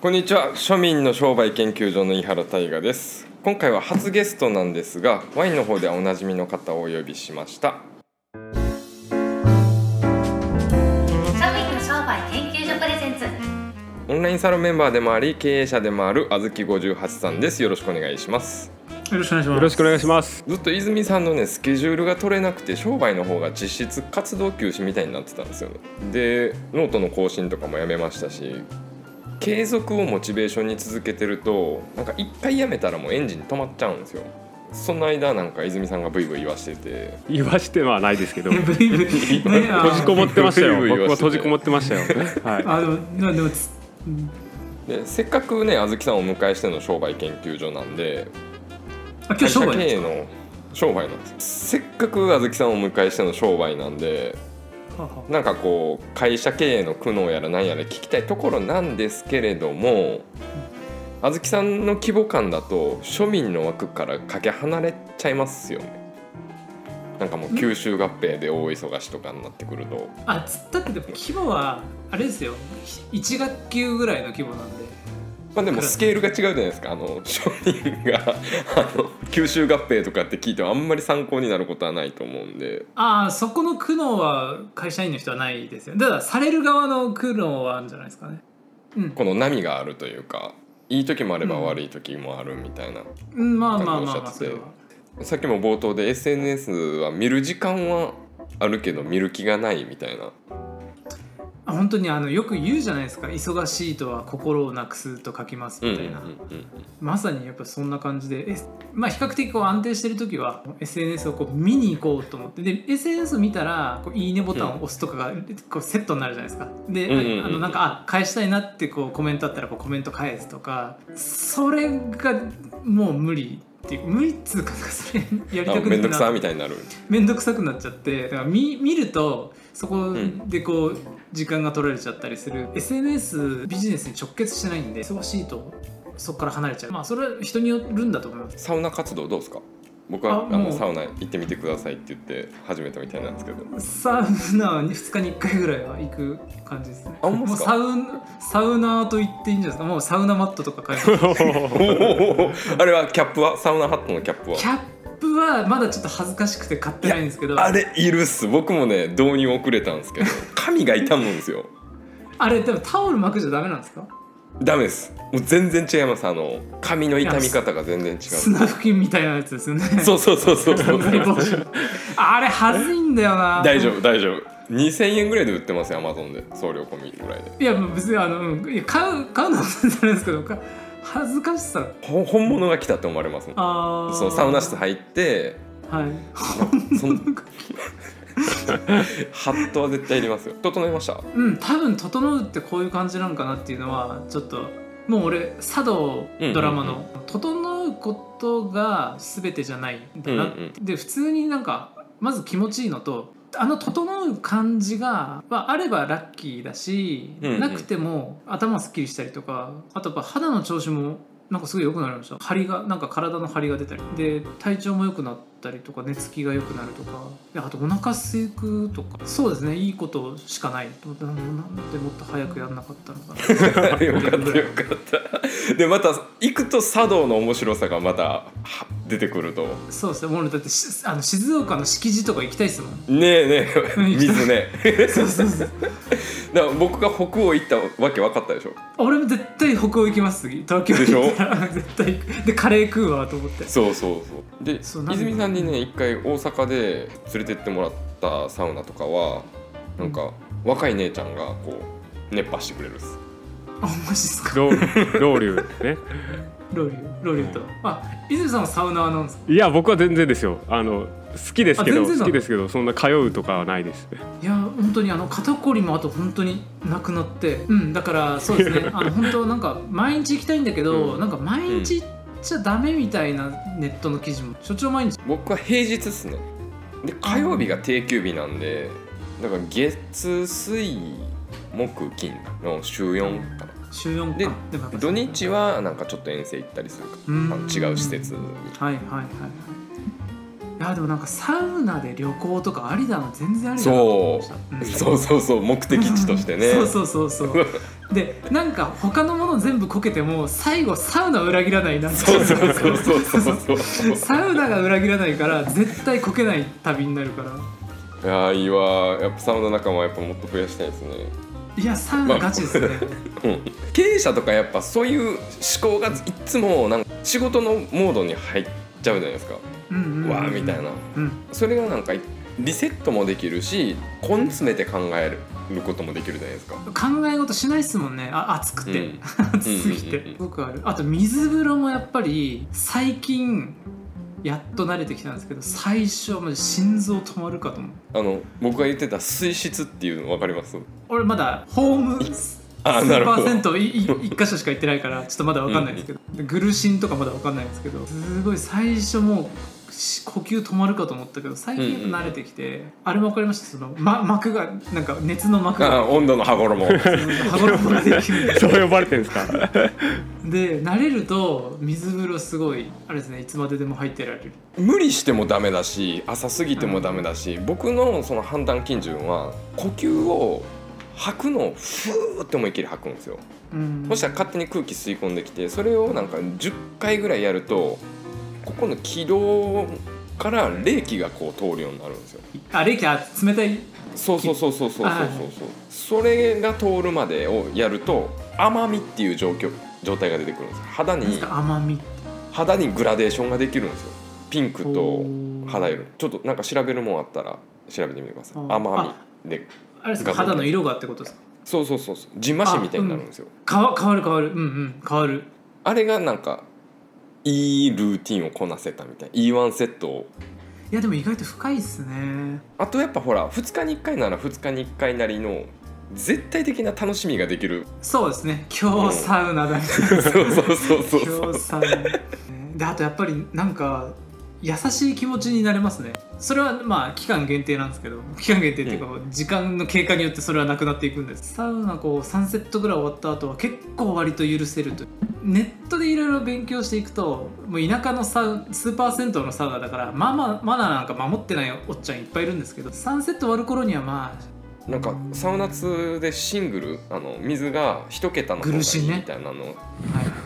こんにちは庶民の商売研究所の井原大賀です今回は初ゲストなんですがワインの方ではおなじみの方をお呼びしました庶民の商売研究所プレゼンツオンラインサロンメンバーでもあり経営者でもあるあずき58さんですよろしくお願いしますよろしくお願いします。よろしくお願いします。ずっと泉さんのねスケジュールが取れなくて商売の方が実質活動休止みたいになってたんですよねでノートの更新とかもやめましたし継続をモチベーションに続けてるとなんか一回やめたらもうエンジン止まっちゃうんですよその間なんか泉さんがブイブイ言わしてて言わしてはないですけ ど、閉ブイブイねあじこもってましたよ。ブイブイ僕言はわせて閉じこもってましたよ。はあでもなでもつでせっかくねあずきさんをお迎えしての商売研究所なんであ今日商経売で営すか。の商売なんですせっかくあずきさんをお迎えしての商売なんではあはなんかこう会社経営の苦悩やら何やら聞きたいところなんですけれどもあずきさんの規模感だと庶民の枠からかけ離れちゃいますよねなんかもう吸収合併で大忙しとかになってくるとああつだってでも規模はあれですよ。ひ一学級ぐらいの規模なんで。まあでもスケールが違うじゃないですかあの庶民があの吸収合併とかって聞いてもあんまり参考になることはないと思うんでああそこの苦悩は会社員の人はないですよ。ただからされる側の苦悩はあるんじゃないですかね。うんこの波があるというかいい時もあれば悪い時もあるみたいな、うんまあまあまあなんまかおっしあゃってそれは。さっきも冒頭で SNS は見る時間はあるけど見る気がないみたいなあ本当にあのよく言うじゃないですか忙しいとは心をなくすと書きますみたいな、まさにやっぱそんな感じで、えまあ、比較的こう安定してる時は SNS をこう見に行こうと思ってで SNS を見たらこう「いいね」ボタンを押すとかがこうセットになるじゃないですかで、うんうんうんあのなんかあ返したいなってこうコメントあったらこうコメント返すとかそれがもう無理っていう無理っつうかなんかそれやりあたくめんどなくいさなみたいになる面倒くさくなっちゃってだから見見るとそこんでこう、時間が取られちゃったりする SNS ビジネスに直結してないんで忙しいとそこから離れちゃうまあそれは人によるんだと思いますサウナ活動どうですか僕はああのもうサウナ行ってみてくださいって言って始めたみたいなんですけどサウナは2日に1回ぐらいは行く感じですねあほんまっもうすかサウナサウナーと言っていいんじゃないですかもうサウナマットとか買います おーあれはキャップはサウナハットのキャップはキャップはまだちょっと恥ずかしくて買ってないんですけどあれいるっす僕もね導入遅れたんです けど髪が痛むんですよあれでもタオル巻くじゃダメなんですかダメですもう全然違いますあの髪の痛み方が全然違う砂付近みたいなやつですよねそうそうそうそう そうブリボールあれ恥ずいんだよな大丈夫大丈夫2000円ぐらいで売ってますよアマゾンで送料込みぐらいでいやもう別にあのうんいや買う買うのは全然あれですけどか恥ずかしさほ本物が来たって思われますもんあーそのサウナ室入ってはいそ のハットは絶対いりますよ整いました うん多分整うってこういう感じなんかなっていうのはちょっともう俺茶道ドラマの、うん整うことが全てじゃないんだなって、うんで普通になんかまず気持ちいいのとあの整う感じが、まあ、あればラッキーだし、うんうんなくても頭すっきりしたりとかあとやっぱ肌の調子もなんかすごい良くなりました張りがなんか体の張りが出たりで体調も良くなったりとか寝つきが良くなるとかであとお腹空くとかそうですねいいことしかないと思ってなんなんでもっと早くやんなかった のかなよかったよかったでまた行くと茶道の面白さがまたは出てくるとそうですねもう俺だってしあの静岡の敷地とか行きたいですもんねえねえうん 水ね そうそうそうだから僕が北欧行ったわけ分かったでしょ俺も絶対北欧行きます次東京行ったら 絶対行くでカレー食うわと思ってそうそうそうでそうなんで泉さんにね一回大阪で連れてってもらったサウナとかはなんか若い姉ちゃんがこう熱波してくれるっす あマジっすい。かロ ーロウリュね。ロウリュロウリュとあ泉さんはサウナーなんですかいや僕は全然ですよ。あの好きですけあど全然なの好きですけどそんな通うとかはないです。 いや本当にあの肩こりもあと本当になくなってうんだからそうです ねあの本当なんか毎日行きたいんだけど、うんなんか毎日行っちゃダメみたいなネットの記事も所長毎日僕は平日っすねで火曜日が定休日なんでだから月水木金の週4かな週4で回でもやっぱ土日はなんかちょっと遠征行ったりするかうーんあの違う施設にはいはいはいはいいやでもなんかサウナで旅行とかありだな全然ありだなと思いそまうした、 そうそうそう目的地としてね そうそうそうそうでなんか他のもの全部こけても最後サウナ裏切らないなってそうそうそうそうそうそう サウナが裏切らないから絶対こけない旅になるからいやーいいわーやっぱサウナ仲間はやっぱもっと増やしたいですねいやサウナガチですね、経営者とかやっぱそういう思考がいっつもなんか仕事のモードに入っちゃうじゃないですか、うんうんうんうんわーみたいなうんそれがなんかリセットもできるし根詰めて考えることもできるじゃないですか考え事しないですもんねあ暑くて、 うん暑すうんうんうんぎうてんすごくあるあと水風呂もやっぱり最近やっと慣れてきたんですけど最初はマジ心臓止まるかと思うあの僕が言ってた水質っていうの分かります俺まだホームあな数るパほどーセントいい一箇所しか行ってないからちょっとまだわかんないですけど、でグルシンとかまだわかんないんですけどすごい最初もうし呼吸止まるかと思ったけど最近やっぱ慣れてきて、あれもわかりましたその、ま、膜がなんか熱の膜があ温度の羽衣歯衣ができ るそう呼ばれてるんですか で慣れると水風呂すごいあれですねいつまででも入ってられる無理してもダメだし浅すぎてもダメだし、僕のその判断基準は呼吸を吐くのをふーって思いっきり吐くんですようんそしたら勝手に空気吸い込んできてそれをなんか10回ぐらいやるとここの気道から冷気がこう通るようになるんですよあ冷気あ冷たいそうそうそうそうそうそうそうそうそれが通るまでをやると甘みっていう状況状態が出てくるんです肌にですか甘み肌にグラデーションができるんですよピンクとおー肌色ちょっとなんか調べるもんあったら調べてみてくださいあー甘みであれですかが肌の色がってことですかそうそうそうそうジンマシンみたいになるんですよ変わ変わる変わるうんうん変わるあれがなんかいいルーティンをこなせたみたいないいワンセットをいやでも意外と深いっすねあとやっぱほら2日に1回なら2日に1回なりの絶対的な楽しみができるそうですね今日サウナだみたいなそうそうそうそうそ今日うサウナねであとやっぱりなんか優しい気持ちになれますねそれはまあ期間限定なんですけど期間限定っていうか、時間の経過によってそれはなくなっていくんですサウナこう3セットぐらい終わった後は結構割と許せるというネットでいろいろ勉強していくともう田舎のサウスーパー銭湯のサウナだからまあまあマナーなんか守ってないおっちゃんいっぱいいるんですけど3セット終わる頃にはまあなんかサウナ2でシングルあの水が1桁の方が苦しいいいねみたいなのはい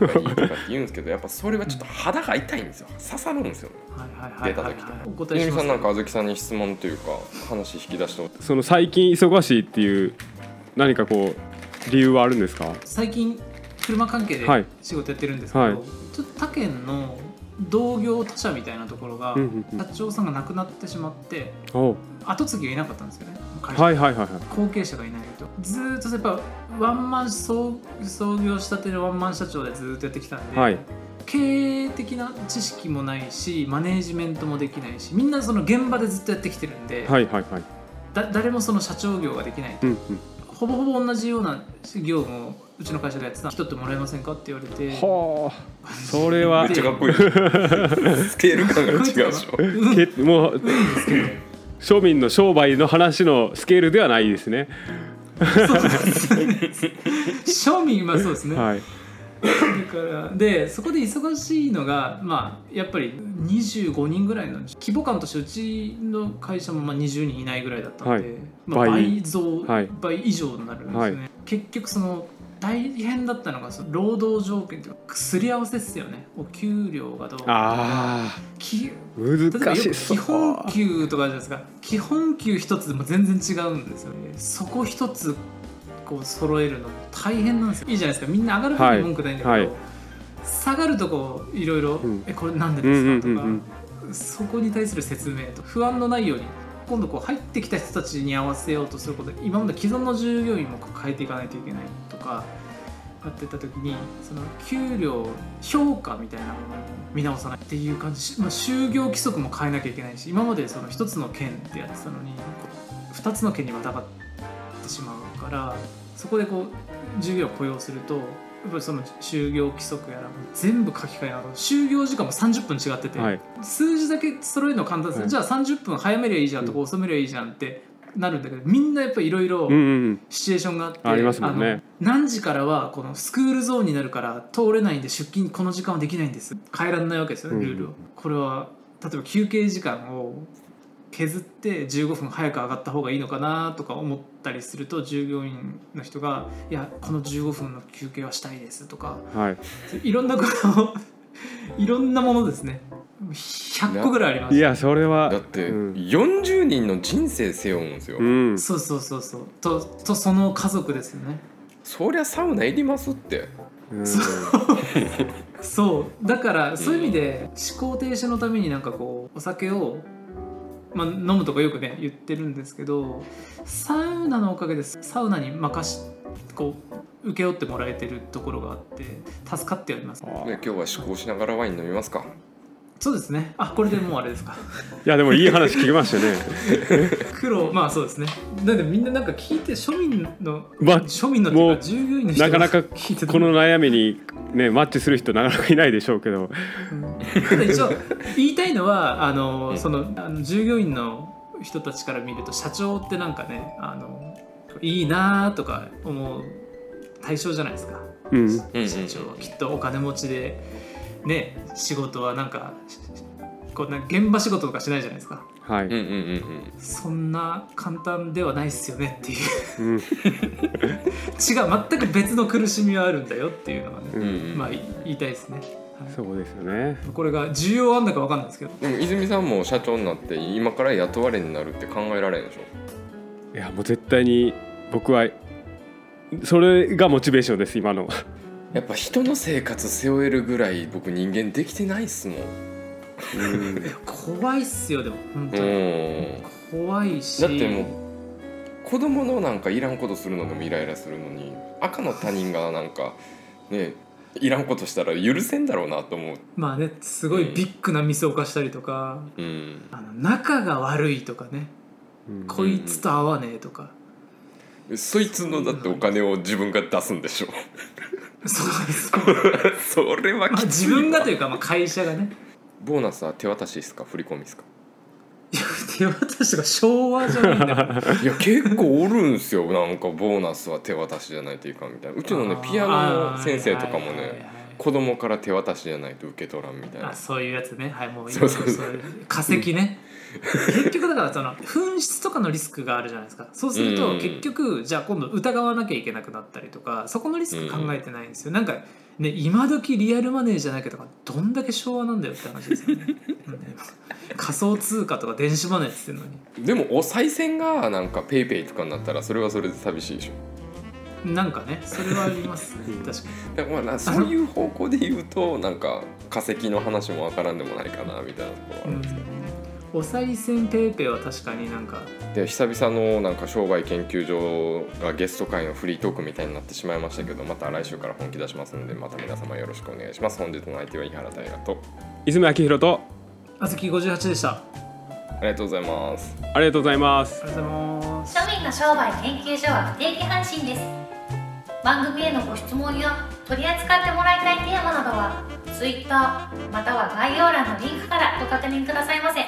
がいいとかって言うんですけどやっぱそれはちょっと肌が痛いんですよ刺さるんですよねはいはい出はたいはい時はいお答ゆえみしまさんすなんかあずきさんに質問というか話引き出してその最近忙しいっていう何かこう理由はあるんですか最近車関係ではい仕事やってるんですけど、はいちょっと他県の同業他社みたいなところが、うんうんうん社長さんが亡くなってしまってお後継ぎがいなかったんですよね会社はいはいはいはい後継者がいないとずーっとやっぱワンマン創創業したてのワンマン社長でずーっとやってきたんで、はい経営的な知識もないしマネージメントもできないしみんなその現場でずっとやってきてるんで、はいはいはいだ誰もその社長業ができないうんうんほぼほぼ同じような業務をうちの会社がやってた人ってもらえませんかって言われてはあそれはめっちゃかっこいい スケール感が違うでしょうんけもううんですけど庶民の商売の話のスケールではないですね。庶民はそうですね、はい。だからでそこで忙しいのがまあやっぱり25人ぐらいなんです規模感としてうちの会社もまあ20人いないぐらいだったんで、はいまあ、倍倍増、はい倍以上になるんですよね、結局その大変だったのがその労働条件というかすり合わせですよねお給料がどうとかあきあ難例えばしよくそ基う。本給とかじゃないですか基本給一つでも全然違うんですよねそこ一つこう揃えるの大変なんですよいいじゃないですかみんな上がる方はいに文句ないんだけど、はい下がるとこういろいろうん「えこれなんでですか?」とか、うんうんそこに対する説明と不安のないように今度こう入ってきた人たちに合わせようとすることで今まで既存の従業員もこう変えていかないといけないとかやってた時にその給料評価みたいなものも見直さないっていう感じ、しまあ、就業規則も変えなきゃいけないし今までその一つの県ってやってたのにこう二つの県にまたがってしまうからそこでこう従業員を雇用するとやっぱりその就業規則やらも全部書き換えながら就業時間も30分違ってて、はい。数字だけ揃えるの簡単です、はいじゃあ30分早めりゃいいじゃんとか遅めりゃいいじゃんってなるんだけどみんなやっぱりいろいろうんうんシチュエーションがあって、ありますもんねあの何時からはこのスクールゾーンになるから通れないんで出勤この時間はできないんです変えられないわけですよねうんルールを、これは例えば休憩時間を削って15分早く上がった方がいいのかなとか思ったりすると従業員の人が「いやこの15分の休憩はしたいです」とかはいいろんなことを いろんなものですね100個ぐらいありますいやそれはだってうん、 40人の人生背負うんですよ、うん、そうそうそうそうととその家族ですよねそりゃサウナいりますってうんそうだからそういう意味で思考停止のためになんかこうお酒を、まあ、飲むとかよくね言ってるんですけどサウナのおかげですサウナに任しこう請け負ってもらえてるところがあって助かっておりますあね今日は思考しながらワイン飲みますかそうですねあこれでもうあれ ですかいやでもいい話聞きましたね 黒まあそうですねだってみんななんか聞いて庶民のまあ庶民のっていうもうか従業員の人ながかなか聞いてたこの悩みにねマッチする人なかなかいないでしょうけどただ一応言いたいの はあの、うんそのあの従業員の人たちから見ると社長ってなんかねあのいいなーとか思う対象じゃないですかうんうんうん社長はきっとお金持ちでね仕事はなんかしこうなんか現場仕事とかしないじゃないですかはい、うんうんうんそんな簡単ではないっすよねっていうう違んう全く別の苦しみはあるんだよっていうのがね、うんうんうんまあい言いたいですね、はいそうですよねこれが需要あんだか分かんないですけどでも泉さんも社長になって今から雇われになるって考えられんでしょいやもう絶対に僕はそれがモチベーションです今のやっぱ人の生活背負えるぐらい僕人間できてないっすもん怖いっすよでも本う当に、ん怖いしだってもう子供のなんかいらんことするのでもイライラするのに赤の他人がなんかねいらんことしたら許せんだろうなと思うまあねすごいビッグなミスを犯したりとか、うんあの仲が悪いとかね、うんこいつと合わねえとか、そいつのだってお金を自分が出すんでしょ そうです、それはまあ、きつ自いわ分がというか、まあ、会社がねボーナスは手渡しですか振り込みですかいや手渡しとか昭和じゃないん だからいや結構おるんすよなんかボーナスは手渡しじゃないといかんみたいなうちのねピアノの先生とかもあーはいはいねはい子供から手渡しじゃないと受け取らんみたいなあそういうやつねはいもうそうそうそういいですよ化石ね結局だからその紛失とかのリスクがあるじゃないですかそうするうとん結局じゃあ今度疑わなきゃいけなくなったりとかそこのリスク考えてないんですよ、なんかね今時リアルマネーじゃなきゃとかどんだけ昭和なんだよって話ですよね うんね仮想通貨とか電子マネーって言ってるのでもお賽銭がなんかペイペイとかになったらそれはそれで寂しいでしょになんかねそれはあります ね確かにだからまあそういう方向で言うとなんか化石の話もわからんでもないかなみたいなところはあうるんお賽銭ペイペイは確かになんかで久々のなんか商売研究所がゲスト会のフリートークみたいになってしまいましたけどまた来週から本気出しますのでまた皆様よろしくお願いします本日の相手は井原大我と泉明弘とあずき58でしたありがとうございますありがとうございますありがとうございます庶民の商売研究所は不定期配信です番組へのご質問や取り扱ってもらいたいテーマなどは Twitter または概要欄のリンクからご確認くださいませ。